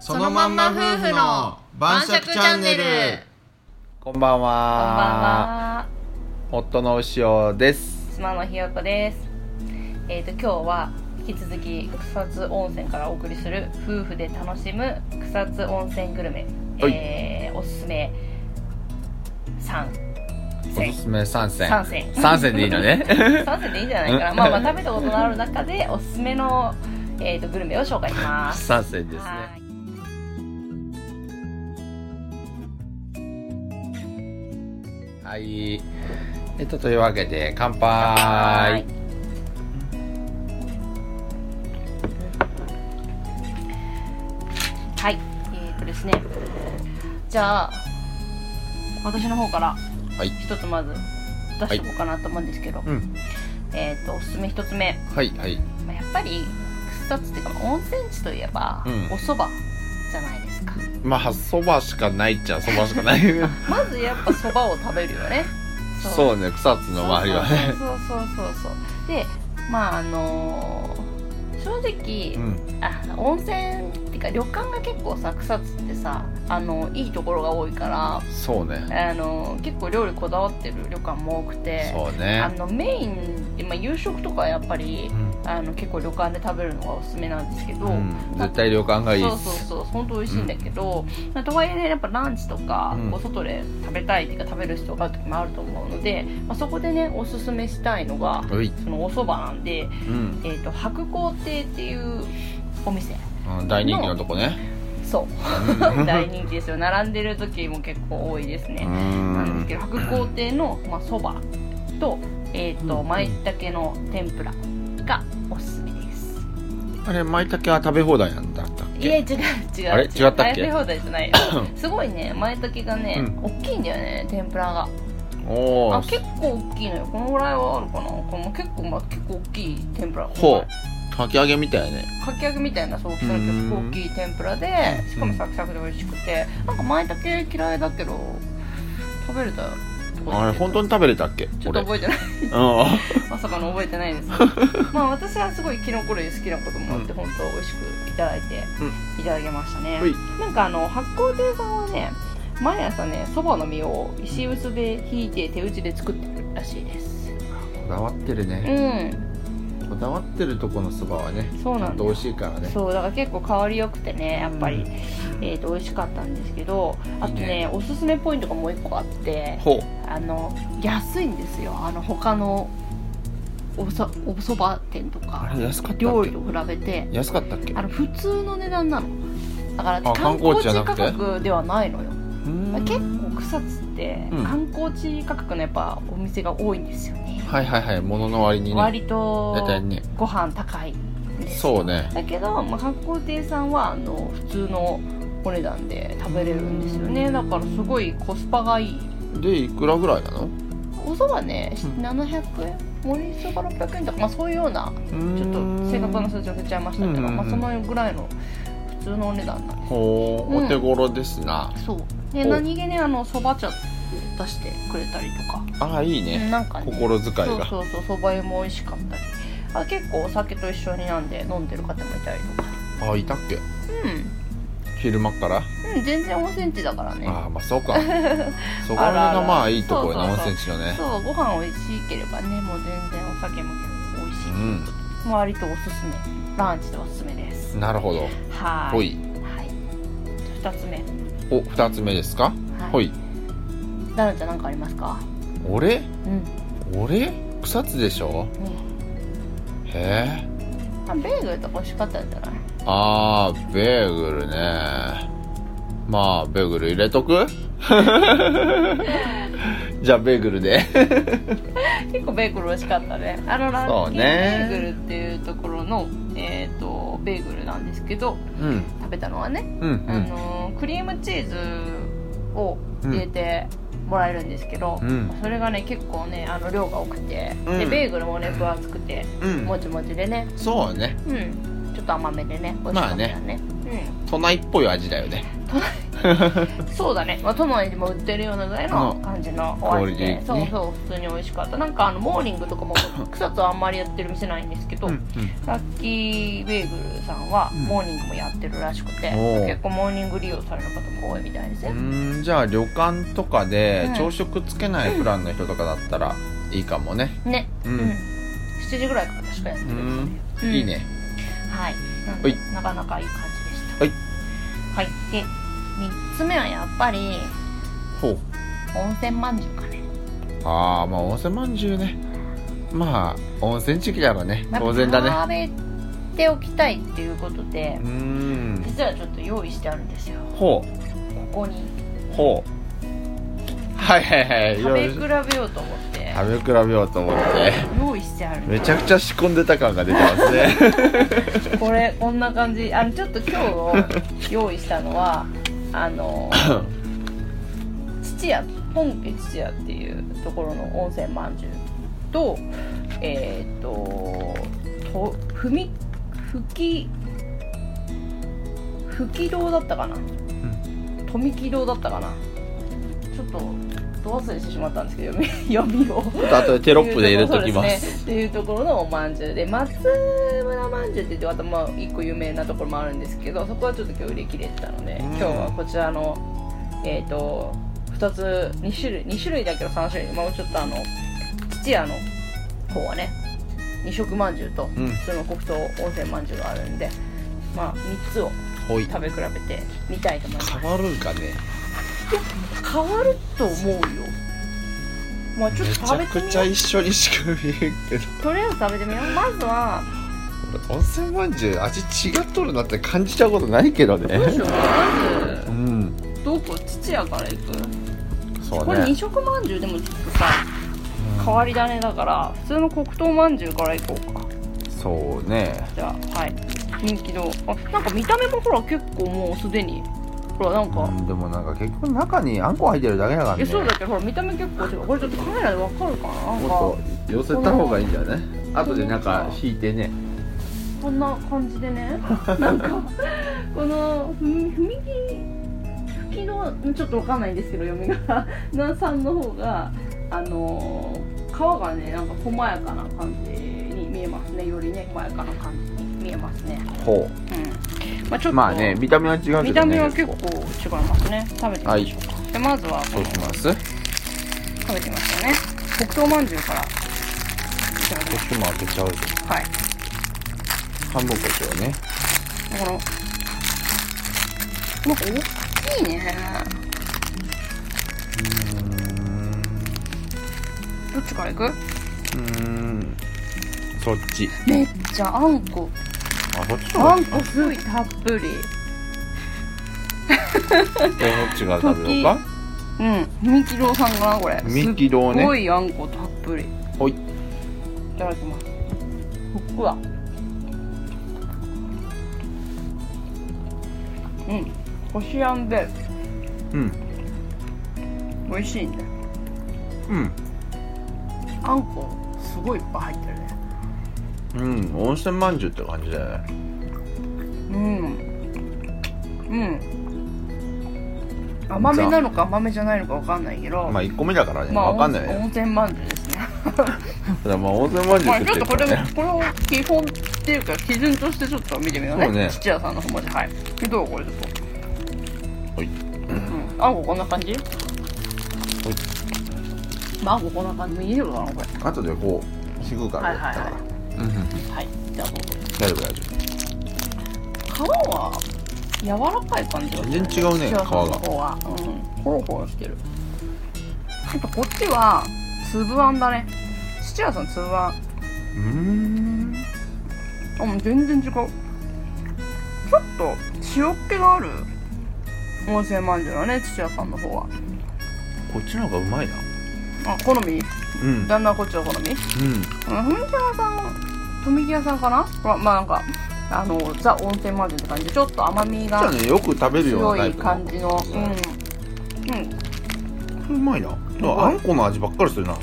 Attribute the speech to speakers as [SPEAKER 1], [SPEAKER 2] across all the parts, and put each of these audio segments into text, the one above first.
[SPEAKER 1] そのまんま夫婦の晩酌チャンネル
[SPEAKER 2] こんばん
[SPEAKER 3] こんばん
[SPEAKER 2] は。
[SPEAKER 3] は。
[SPEAKER 2] 夫の牛尾です。
[SPEAKER 3] 妻のひよこです。えっ、と今日は引き続き草津温泉からお送りする夫婦で楽しむ草津温泉グルメ、
[SPEAKER 2] はい
[SPEAKER 3] えーおすすめ三
[SPEAKER 2] おすすめ三選。
[SPEAKER 3] 三選
[SPEAKER 2] 三選でいいの ね。
[SPEAKER 3] 三選でいいんじゃないかな。
[SPEAKER 2] うん
[SPEAKER 3] まあまあ食べたことのある中でおすすめのえっ、とグルメを紹介します。
[SPEAKER 2] 三選 です
[SPEAKER 3] は
[SPEAKER 2] ね。
[SPEAKER 3] い
[SPEAKER 2] はい。えっとというわけで乾
[SPEAKER 3] は
[SPEAKER 2] 杯
[SPEAKER 3] い。はい、えー、とですね。じゃあ、私の方から
[SPEAKER 2] はい。
[SPEAKER 3] 一つまず出していこうかなと思うんですけど、
[SPEAKER 2] うん。
[SPEAKER 3] えっ、とおすすめ一つ目、
[SPEAKER 2] はいはい。
[SPEAKER 3] まあ、やっぱり草津っていうかまあ温泉地といえば、
[SPEAKER 2] うん
[SPEAKER 3] お蕎麦じゃないですか。
[SPEAKER 2] まあそばしかないっちゃそばしか ない。
[SPEAKER 3] まずやっぱ蕎麦を食べるよ ね。
[SPEAKER 2] そうね草津の周りはね。
[SPEAKER 3] そうそうそうそうそうでまああのー正直、
[SPEAKER 2] うん。
[SPEAKER 3] あ温泉っていうか旅館が結構さ草津ってさあのいいところが多いか
[SPEAKER 2] そうね。
[SPEAKER 3] らあの結構料理こだわってる旅館も多くて、
[SPEAKER 2] そう
[SPEAKER 3] あ
[SPEAKER 2] ね。
[SPEAKER 3] のメイン今夕食とかやっぱりあの結構旅館で食べるのがおすすめなんですけど、
[SPEAKER 2] うん。うん絶対旅館がいい
[SPEAKER 3] そ
[SPEAKER 2] っ
[SPEAKER 3] うそう
[SPEAKER 2] す。
[SPEAKER 3] そう本当美味しいんだけど、まあとはいえねやっぱランチとか、
[SPEAKER 2] うん
[SPEAKER 3] こう外で食べたいっていうか食べる人がある時もあると思うので、まあ、そこでねおすすめしたいのが
[SPEAKER 2] うい。
[SPEAKER 3] そのお蕎麦なんで、
[SPEAKER 2] うん。
[SPEAKER 3] えー、と白鳳亭っていうお店
[SPEAKER 2] うん大人気のとこね。
[SPEAKER 3] そう
[SPEAKER 2] うん
[SPEAKER 3] 大人気ですよ並んでる時も結構多いです
[SPEAKER 2] う
[SPEAKER 3] ね、なんです
[SPEAKER 2] ん
[SPEAKER 3] け。ど白鳳亭のまあそば、と,、えー、と舞茸の天ぷらがおすすめです
[SPEAKER 2] あれ舞茸は食べ放題なんだったっ
[SPEAKER 3] いや違
[SPEAKER 2] け
[SPEAKER 3] う違う
[SPEAKER 2] あれ違ったっけ
[SPEAKER 3] 食べ放題じ ゃないよすごいね舞茸がね、
[SPEAKER 2] うん
[SPEAKER 3] 大きいんだよね天ぷらが
[SPEAKER 2] お
[SPEAKER 3] あ
[SPEAKER 2] お
[SPEAKER 3] 結構大きいのよこのぐらいはあるかなこの結構まあ結構大きい天ぷら
[SPEAKER 2] ほうかき揚げみたいね
[SPEAKER 3] かき揚げみたいなそう大きさの結構大きい天ぷらで
[SPEAKER 2] うん
[SPEAKER 3] しかもサクサクで美味しくてなんか舞茸嫌いだけど食べれたよ
[SPEAKER 2] あれ本当に食べれたっけ
[SPEAKER 3] ちょっ
[SPEAKER 2] 俺
[SPEAKER 3] と覚えてない
[SPEAKER 2] う
[SPEAKER 3] まさかの覚えてな いですけどまあ私はすごいキノコ類好きなこともあって、本当美味しくいただいて、いただきましたね
[SPEAKER 2] ほい
[SPEAKER 3] なんかあの発酵亭さんはね毎朝ねそばの実を石臼でひいて手打ちで作ってるらしいです
[SPEAKER 2] んこだわってるね
[SPEAKER 3] う
[SPEAKER 2] こだわってるとこのそばはね
[SPEAKER 3] んそう
[SPEAKER 2] ちゃ
[SPEAKER 3] なんん
[SPEAKER 2] と
[SPEAKER 3] だ
[SPEAKER 2] 美味しいからね
[SPEAKER 3] そうだから結構香り良くてねやっぱり、
[SPEAKER 2] うん
[SPEAKER 3] えー、と美味しかったんですけどあとね
[SPEAKER 2] いいね
[SPEAKER 3] おすすめポイントがもう一個あって
[SPEAKER 2] ほ
[SPEAKER 3] あの安いんですよあの他のおそおそば店と
[SPEAKER 2] あ
[SPEAKER 3] か
[SPEAKER 2] れ安かった
[SPEAKER 3] 料
[SPEAKER 2] っ
[SPEAKER 3] 理と比べて
[SPEAKER 2] け安かったっけ
[SPEAKER 3] あの普通の値段なのだから
[SPEAKER 2] あ
[SPEAKER 3] 観光
[SPEAKER 2] 観光地
[SPEAKER 3] 地
[SPEAKER 2] じゃなく
[SPEAKER 3] 価
[SPEAKER 2] て
[SPEAKER 3] 格ではないのよ
[SPEAKER 2] うん
[SPEAKER 3] 結構草津って
[SPEAKER 2] うん
[SPEAKER 3] 観光地価格のやっぱお店が多いんですよね、
[SPEAKER 2] はいはいはい物の割にね
[SPEAKER 3] 割と
[SPEAKER 2] 大体ね
[SPEAKER 3] ご飯高いんですよ
[SPEAKER 2] そうね
[SPEAKER 3] だけど、まあ、観光亭さんはあの普通のお値段で食べれるんですよねだからすごいコスパがいい
[SPEAKER 2] でいくらぐらいなの
[SPEAKER 3] おそばね
[SPEAKER 2] うん
[SPEAKER 3] 700円盛りそば600円とか、まあ、そういうような
[SPEAKER 2] ちょ
[SPEAKER 3] ちょっと正確な数字は出ちゃいましたけど、
[SPEAKER 2] うんうんうん
[SPEAKER 3] まあ、そのぐらいの普通のお値段なんで
[SPEAKER 2] ほう
[SPEAKER 3] うん
[SPEAKER 2] お手頃ですな
[SPEAKER 3] すそうで
[SPEAKER 2] お
[SPEAKER 3] 何気にあのそば茶出してくれたりとか、
[SPEAKER 2] あいいね
[SPEAKER 3] なんかね
[SPEAKER 2] 心遣い
[SPEAKER 3] そう
[SPEAKER 2] が
[SPEAKER 3] そうそうそば湯も美味しかったりあ結構お酒と一緒に飲んで飲んでる方もいたりとか
[SPEAKER 2] あいたっけ
[SPEAKER 3] う
[SPEAKER 2] 昼間から
[SPEAKER 3] ん、うん、全然温泉地だからね
[SPEAKER 2] ああまあそう かそこら辺がまあいいところな温泉地のね
[SPEAKER 3] そうご飯美味しければねもう全然お酒も美味しい、
[SPEAKER 2] うん
[SPEAKER 3] 割とおすすめランチでおすすめです
[SPEAKER 2] なるほど。
[SPEAKER 3] は
[SPEAKER 2] ほ
[SPEAKER 3] ーい
[SPEAKER 2] い。
[SPEAKER 3] はい2つ目
[SPEAKER 2] お、二つ目ですか。ほい。
[SPEAKER 3] ダナちゃん何かありますか
[SPEAKER 2] 俺、
[SPEAKER 3] うん、
[SPEAKER 2] 俺、草津でしょ
[SPEAKER 3] うん
[SPEAKER 2] へえ。
[SPEAKER 3] あベーグルとか美味しかったんじゃない
[SPEAKER 2] あー、ベーグルね。まあ、ベーグル入れと く。じゃあ、ベーグル で。
[SPEAKER 3] 結構ベーグル美味しかったねあのラン
[SPEAKER 2] そう
[SPEAKER 3] キン
[SPEAKER 2] ね
[SPEAKER 3] ベーグルっていうところのえっ、とベーグルなんですけど
[SPEAKER 2] うん、
[SPEAKER 3] 食べたのはね
[SPEAKER 2] うん、う
[SPEAKER 3] あ
[SPEAKER 2] ん。
[SPEAKER 3] のークリームチーズを入れてもらえるんですけど、
[SPEAKER 2] うん
[SPEAKER 3] それがね結構ねあの量が多くて、
[SPEAKER 2] うん
[SPEAKER 3] でベーグルもね分厚くて
[SPEAKER 2] うん
[SPEAKER 3] もちもちでね
[SPEAKER 2] そうね。
[SPEAKER 3] うんちょっと甘めでね美味しかったよね,、
[SPEAKER 2] 都内っぽい味だよね
[SPEAKER 3] うん、そうだね、まあ、都内でも売ってるようなぐらいの
[SPEAKER 2] うん
[SPEAKER 3] 感じのお味で、
[SPEAKER 2] クオ
[SPEAKER 3] そ
[SPEAKER 2] リティ
[SPEAKER 3] う
[SPEAKER 2] ね
[SPEAKER 3] そう普通に美味しかったなんかあのモーニングとかも 草津はあんまりやってる店ないんですけど、ラッキーベーグルさんは
[SPEAKER 2] うん
[SPEAKER 3] モーニングもやってるらしくて、
[SPEAKER 2] おー
[SPEAKER 3] 結構モーニング利用される方も多いみたいです
[SPEAKER 2] う
[SPEAKER 3] ね、
[SPEAKER 2] んじゃあ旅館とかで
[SPEAKER 3] うん
[SPEAKER 2] 朝食つけないプランの人とかだったらいいかもね
[SPEAKER 3] ね
[SPEAKER 2] う
[SPEAKER 3] うん、
[SPEAKER 2] ん、
[SPEAKER 3] 7時ぐらいから確かやってる、
[SPEAKER 2] うん
[SPEAKER 3] うん
[SPEAKER 2] いいね
[SPEAKER 3] はいなん
[SPEAKER 2] は
[SPEAKER 3] で
[SPEAKER 2] い
[SPEAKER 3] なかなかいい感じでした
[SPEAKER 2] はい、
[SPEAKER 3] はい、で3つ目はやっぱり
[SPEAKER 2] ほう
[SPEAKER 3] 温泉まんじゅうかね
[SPEAKER 2] ああまあ温泉まんじゅうねまあ温泉地域だからね
[SPEAKER 3] やっぱ
[SPEAKER 2] 当然だね
[SPEAKER 3] 食べておきたいっていうことで
[SPEAKER 2] うん
[SPEAKER 3] 実はちょっと用意してあるんですよ
[SPEAKER 2] ほ
[SPEAKER 3] ここに
[SPEAKER 2] うほうはいはいはい
[SPEAKER 3] 食べ
[SPEAKER 2] よ
[SPEAKER 3] 比
[SPEAKER 2] し
[SPEAKER 3] べようと思って
[SPEAKER 2] 食べ比べようと思って
[SPEAKER 3] 用意してあるんで
[SPEAKER 2] めちゃくちゃ仕込んでた感が出てますね
[SPEAKER 3] これこんな感じあのちょっと今日用意したのはあの土屋本家土屋っていうところの温泉まんじゅうとえっ、ととふみふきふき堂だったかな、富木堂だったかなちょっとど忘れしてしまったんですけど読み読みを
[SPEAKER 2] あとでテロップで入れときます
[SPEAKER 3] そうでねっていうところのおまんじゅうで松村まんじゅうって言ってまたまあ一個有名なところもあるんですけどそこはちょっと今日売り切れてたので
[SPEAKER 2] うん
[SPEAKER 3] 今日はこちらのえっ、と2つ2種類2種類だけど3種類もうちょっとあの土屋の方はね二色まんじゅうと
[SPEAKER 2] うん
[SPEAKER 3] 普通の黒糖温泉まんじゅうがあるんで、まあ3つを
[SPEAKER 2] ほい
[SPEAKER 3] 食べ比べてみたいと思います
[SPEAKER 2] 変わるんかね
[SPEAKER 3] 変わると思うよまあちょっ
[SPEAKER 2] めち
[SPEAKER 3] と食べ
[SPEAKER 2] ゃ
[SPEAKER 3] て
[SPEAKER 2] く
[SPEAKER 3] み
[SPEAKER 2] ちゃ
[SPEAKER 3] よ
[SPEAKER 2] 一緒に仕組み言うけど
[SPEAKER 3] うとりあえず食べてみようまずは
[SPEAKER 2] 俺温泉まんじゅう味違っとるなって感じたことないけど
[SPEAKER 3] どうし
[SPEAKER 2] ね
[SPEAKER 3] ようまず
[SPEAKER 2] うん
[SPEAKER 3] どこ土屋から行く、
[SPEAKER 2] そう
[SPEAKER 3] これ二
[SPEAKER 2] ね
[SPEAKER 3] 色まんじゅうでもちょっとさ変わり種だから普通の黒糖まんじゅうから行こうか
[SPEAKER 2] そうね
[SPEAKER 3] じゃあはい人気のあなんか見た目もほら結構もうすでにほらなんか、
[SPEAKER 2] うんでもなんか結局中にあんこ入ってるだけだから
[SPEAKER 3] い
[SPEAKER 2] ね
[SPEAKER 3] やそうだけどほら見た目結構違うこれちょっとカメラでわかるかななんか
[SPEAKER 2] もっと寄せた方がいいんじゃない後でなんか引いてね
[SPEAKER 3] こんな感じ でねなんかこのふみ踏み切り吹きのちょっとわかんないんですけど読みがなさんの方があのー皮がねなんか細やかな感じに見えますねよりね細やかな感じに見えますね
[SPEAKER 2] ほ
[SPEAKER 3] うんまあちょっ
[SPEAKER 2] う
[SPEAKER 3] と、
[SPEAKER 2] まあね見た目は違うけどね
[SPEAKER 3] 見た目は結構違いますね食べてみましょうか、でまずはこ
[SPEAKER 2] ど
[SPEAKER 3] の
[SPEAKER 2] うしますどう
[SPEAKER 3] 食べてみましたね黒糖まんじゅうからいただきま
[SPEAKER 2] しても開けちゃうです
[SPEAKER 3] はい
[SPEAKER 2] 半分こっちはね
[SPEAKER 3] このなんか大きいねどっちからいく
[SPEAKER 2] うーんそっち
[SPEAKER 3] めっちゃあんこ
[SPEAKER 2] あそっち
[SPEAKER 3] あ
[SPEAKER 2] か
[SPEAKER 3] んこすごいたっぷり
[SPEAKER 2] どっちが食べようか
[SPEAKER 3] うんみきろうさんかなこれ
[SPEAKER 2] みきろうね
[SPEAKER 3] すっごいあんこたっぷり
[SPEAKER 2] ほい
[SPEAKER 3] いただきますふっくらうんこしあんで
[SPEAKER 2] うん
[SPEAKER 3] 美味しいね
[SPEAKER 2] うん
[SPEAKER 3] あんこすごいいっぱい入ってるね
[SPEAKER 2] うん温泉まんじゅうって感じだよね
[SPEAKER 3] うんうん甘めなのか甘めじゃないのかわかんないけど
[SPEAKER 2] まあ1個目だからね、
[SPEAKER 3] まあ
[SPEAKER 2] 分かんないね
[SPEAKER 3] 温泉まんじゅうです ね
[SPEAKER 2] ただまあ温泉まんじゅう
[SPEAKER 3] ま
[SPEAKER 2] っ
[SPEAKER 3] あ
[SPEAKER 2] て
[SPEAKER 3] ちょっとこれ
[SPEAKER 2] るから
[SPEAKER 3] も
[SPEAKER 2] ね
[SPEAKER 3] これを基本っていうか基準としてちょっと見てみようね
[SPEAKER 2] そうね
[SPEAKER 3] 土屋さんの方まではいでどうこれちょっと
[SPEAKER 2] ほい
[SPEAKER 3] うん、あんここんな感じ
[SPEAKER 2] ほい
[SPEAKER 3] まああんここんな感じ見えるかなこれ
[SPEAKER 2] 後でこう敷くからね
[SPEAKER 3] はいはいはい
[SPEAKER 2] だからうんうんうん
[SPEAKER 3] はいじゃあどうぞ
[SPEAKER 2] 大丈夫大丈
[SPEAKER 3] 皮は柔らかい感じがする
[SPEAKER 2] 全然違うね
[SPEAKER 3] 土屋さんの
[SPEAKER 2] 皮が
[SPEAKER 3] 方はうんホロホロしてるちょっとこっちは粒あんだね土屋さん粒あん
[SPEAKER 2] 夫うん
[SPEAKER 3] うん全然違うちょっと塩っ気がある温泉まんじゅうだね土屋さんの方は
[SPEAKER 2] こっちの方がうまいな
[SPEAKER 3] あ好み
[SPEAKER 2] うんうん
[SPEAKER 3] 旦那はこっちの好みうん富木屋さん富木屋さんかなほらまあなんかあのザ温泉まんじゅうって感じでちょっと甘み
[SPEAKER 2] じゃ
[SPEAKER 3] が
[SPEAKER 2] あねよく食べるような
[SPEAKER 3] 強
[SPEAKER 2] タ
[SPEAKER 3] い
[SPEAKER 2] イプ
[SPEAKER 3] 感じの
[SPEAKER 2] うん
[SPEAKER 3] うんうん
[SPEAKER 2] これうまいなでもあんこの味ばっかりするな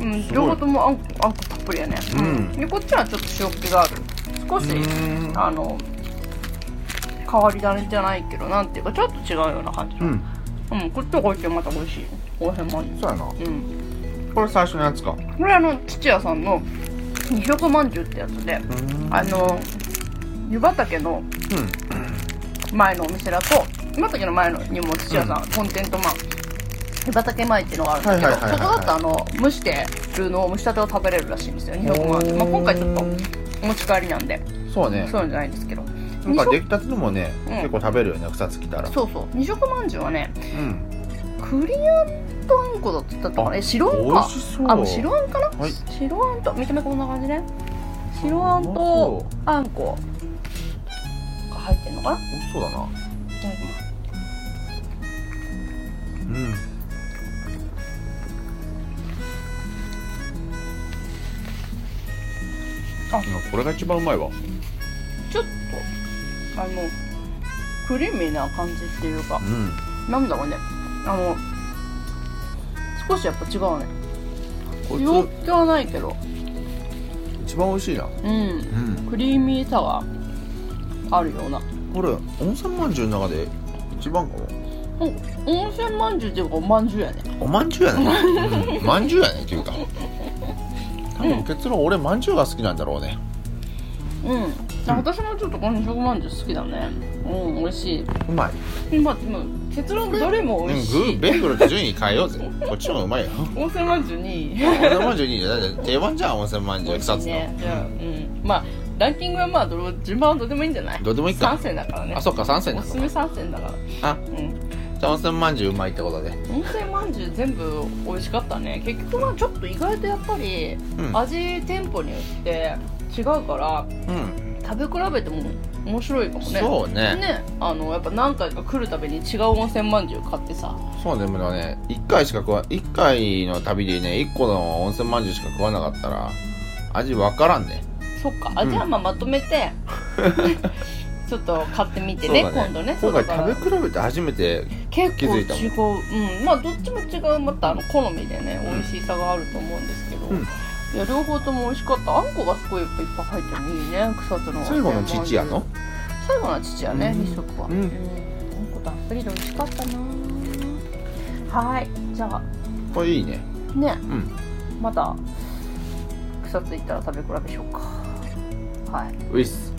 [SPEAKER 3] うん、
[SPEAKER 2] ごい
[SPEAKER 3] 両方ともあんこあんこたっぷりやね、
[SPEAKER 2] うん
[SPEAKER 3] でこっちはちょっと塩気がある少し
[SPEAKER 2] うん
[SPEAKER 3] あの変わり種じゃないけどなんていうかちょっと違うような感じ
[SPEAKER 2] う
[SPEAKER 3] の
[SPEAKER 2] ん
[SPEAKER 3] うん、こっちとこっちまた美味しいこの辺もある
[SPEAKER 2] そうやな
[SPEAKER 3] うん
[SPEAKER 2] これ最初のやつか
[SPEAKER 3] これあの土屋さんの二色まんじゅうってやつで
[SPEAKER 2] うん
[SPEAKER 3] あの湯畑の前のお店だと湯畑の前のにも土屋さん、コンテントマン湯畑前っていうのがあるんだけど、
[SPEAKER 2] はいはいはいはいはい
[SPEAKER 3] そこだとあの蒸してるのを蒸したてを食べれるらしいんですよ二色まんじゅう、まあ、今回ちょっとお持ち帰りなんで
[SPEAKER 2] そうね
[SPEAKER 3] そうじゃないんですけど
[SPEAKER 2] なんか出来たてのもね
[SPEAKER 3] うん
[SPEAKER 2] 結構食べるよね草つきたら
[SPEAKER 3] そうそう二色まんじゅうはね
[SPEAKER 2] うん
[SPEAKER 3] 栗あんとあんこだったかなえ白あん
[SPEAKER 2] 美
[SPEAKER 3] か
[SPEAKER 2] 味しそう
[SPEAKER 3] あもう白あんかな、
[SPEAKER 2] はい
[SPEAKER 3] 白あんと見た目こんな感じね白あん
[SPEAKER 2] うまそ
[SPEAKER 3] とあんこが入ってんのかな
[SPEAKER 2] 美味しそうだない
[SPEAKER 3] ただきます
[SPEAKER 2] うん
[SPEAKER 3] あ
[SPEAKER 2] いやこれが一番うまいわ
[SPEAKER 3] ちょっとあのクリーミーな感じっていうか
[SPEAKER 2] うん
[SPEAKER 3] なんだろうねあの少しやっぱ違うね
[SPEAKER 2] こ
[SPEAKER 3] 洋
[SPEAKER 2] い
[SPEAKER 3] 服はないけど
[SPEAKER 2] つ一番美味しいな
[SPEAKER 3] うん
[SPEAKER 2] うん
[SPEAKER 3] クリーミーさがあるような
[SPEAKER 2] これ温泉まんじゅうの中で一番かも
[SPEAKER 3] うん温泉まんじゅうっていうかおまんじゅうやね
[SPEAKER 2] おまんじゅうやねまんじゅうやねっていうか多分結論俺まんじゅうが好きなんだろうね
[SPEAKER 3] うん私もちょっとこの食まんじゅう好きだねうん美味しいう
[SPEAKER 2] まい
[SPEAKER 3] まあ、でも結論どれも
[SPEAKER 2] うん
[SPEAKER 3] 美
[SPEAKER 2] グ
[SPEAKER 3] 味し
[SPEAKER 2] ー
[SPEAKER 3] い。
[SPEAKER 2] ベーグルと順位変えようぜこっちの方がう まいよ
[SPEAKER 3] 温泉まんじゅうに。
[SPEAKER 2] 温泉まんじゅういいねだって定番じゃん温泉まんじゅう草津の、
[SPEAKER 3] ね。じゃあ、うん、まあ、ランキングはまあ、どれ、順番はどうでもいいんじゃない。
[SPEAKER 2] どうでもいいか
[SPEAKER 3] 三選だからね。
[SPEAKER 2] あそっか3選
[SPEAKER 3] お
[SPEAKER 2] な
[SPEAKER 3] す
[SPEAKER 2] の
[SPEAKER 3] すめ三選だから。
[SPEAKER 2] あ
[SPEAKER 3] うん。
[SPEAKER 2] じゃあ温泉まんじゅううまいってことで
[SPEAKER 3] 温泉まんじゅう全部美味しかったね。結局まあ、ちょっと意外とやっぱり、
[SPEAKER 2] うん
[SPEAKER 3] 味店舗によって違うから、
[SPEAKER 2] うん
[SPEAKER 3] 食べ比べても面白いかもね。
[SPEAKER 2] そうね
[SPEAKER 3] ね、あのやっぱ何回か来るたびに違う温泉まんじゅう買ってさ
[SPEAKER 2] そうねでもね1回しか食わ1回の旅でね1個の温泉まんじゅうしか食わなかったら味わからんね
[SPEAKER 3] そっかあ、
[SPEAKER 2] うん
[SPEAKER 3] じゃあまあまと めてちょっと買ってみて
[SPEAKER 2] そう
[SPEAKER 3] ね
[SPEAKER 2] だ
[SPEAKER 3] 今度ね
[SPEAKER 2] 今
[SPEAKER 3] そうだから
[SPEAKER 2] 回食べ比べて初めて
[SPEAKER 3] 結
[SPEAKER 2] 気
[SPEAKER 3] 構
[SPEAKER 2] づいた
[SPEAKER 3] 違ううんまあどっちも違うまたあの好みでね、
[SPEAKER 2] うん
[SPEAKER 3] 美味しさがあると思うんですけど、
[SPEAKER 2] うん
[SPEAKER 3] いや両方とも美味しかったあんこがすごいやっぱいっぱい入ってるのいいね草津の
[SPEAKER 2] 最後の父やの
[SPEAKER 3] 最後の父やね
[SPEAKER 2] うん
[SPEAKER 3] 二色は
[SPEAKER 2] う
[SPEAKER 3] うんん、あんこたっぷりで美味しかったなはいじゃあ
[SPEAKER 2] これいいね
[SPEAKER 3] ね
[SPEAKER 2] うん
[SPEAKER 3] また草津行ったら食べ比べしようかはいう
[SPEAKER 2] いっす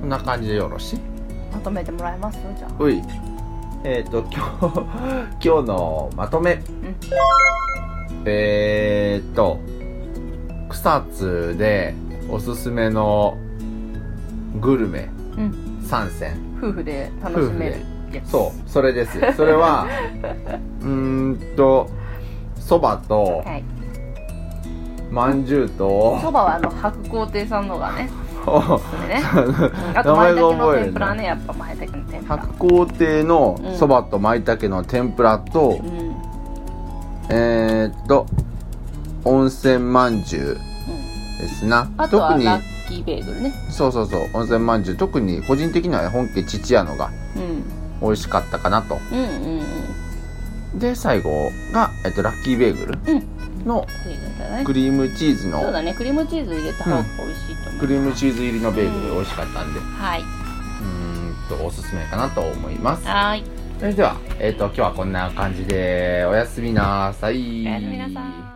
[SPEAKER 2] こんな感じでよろしい
[SPEAKER 3] まとめてもらえますじゃあ
[SPEAKER 2] ういえっ、と 今日今日のまとめ、えっ、と草津でおすすめのグルメ
[SPEAKER 3] うん
[SPEAKER 2] 3選
[SPEAKER 3] 夫婦で楽しめるやつ
[SPEAKER 2] そうそれですそれ はうーんとそばと
[SPEAKER 3] はい
[SPEAKER 2] まんじゅうと
[SPEAKER 3] そばはあの白皇亭さんのがね おすすめね、うんあと
[SPEAKER 2] 名前が
[SPEAKER 3] 舞茸の
[SPEAKER 2] 覚えるな
[SPEAKER 3] 天ぷらねやっぱ舞茸の天ぷら
[SPEAKER 2] 白皇亭のそばと舞茸の天ぷらと、
[SPEAKER 3] うんうん
[SPEAKER 2] えー、っと温泉まんじゅうですな
[SPEAKER 3] あとは
[SPEAKER 2] 特に
[SPEAKER 3] ラッキーベーグルね
[SPEAKER 2] そうそうそう温泉まんじゅう特に個人的には本家父屋のが
[SPEAKER 3] うん
[SPEAKER 2] 美味しかったかなと
[SPEAKER 3] うんうんうん
[SPEAKER 2] で最後が、えっと、ラッキーベーグ
[SPEAKER 3] う
[SPEAKER 2] ルの
[SPEAKER 3] そうだね
[SPEAKER 2] クリームチーズ
[SPEAKER 3] そう
[SPEAKER 2] の
[SPEAKER 3] だねクリームチーズ入れた方が美味しいと思う、
[SPEAKER 2] クリームチーズ入りのベーグル美味しかったんでう
[SPEAKER 3] はい
[SPEAKER 2] ーんとおすすめかなと思います
[SPEAKER 3] はーい
[SPEAKER 2] それでは、えっと今日はこんな感じでおやすみなさい
[SPEAKER 3] おやすみなさい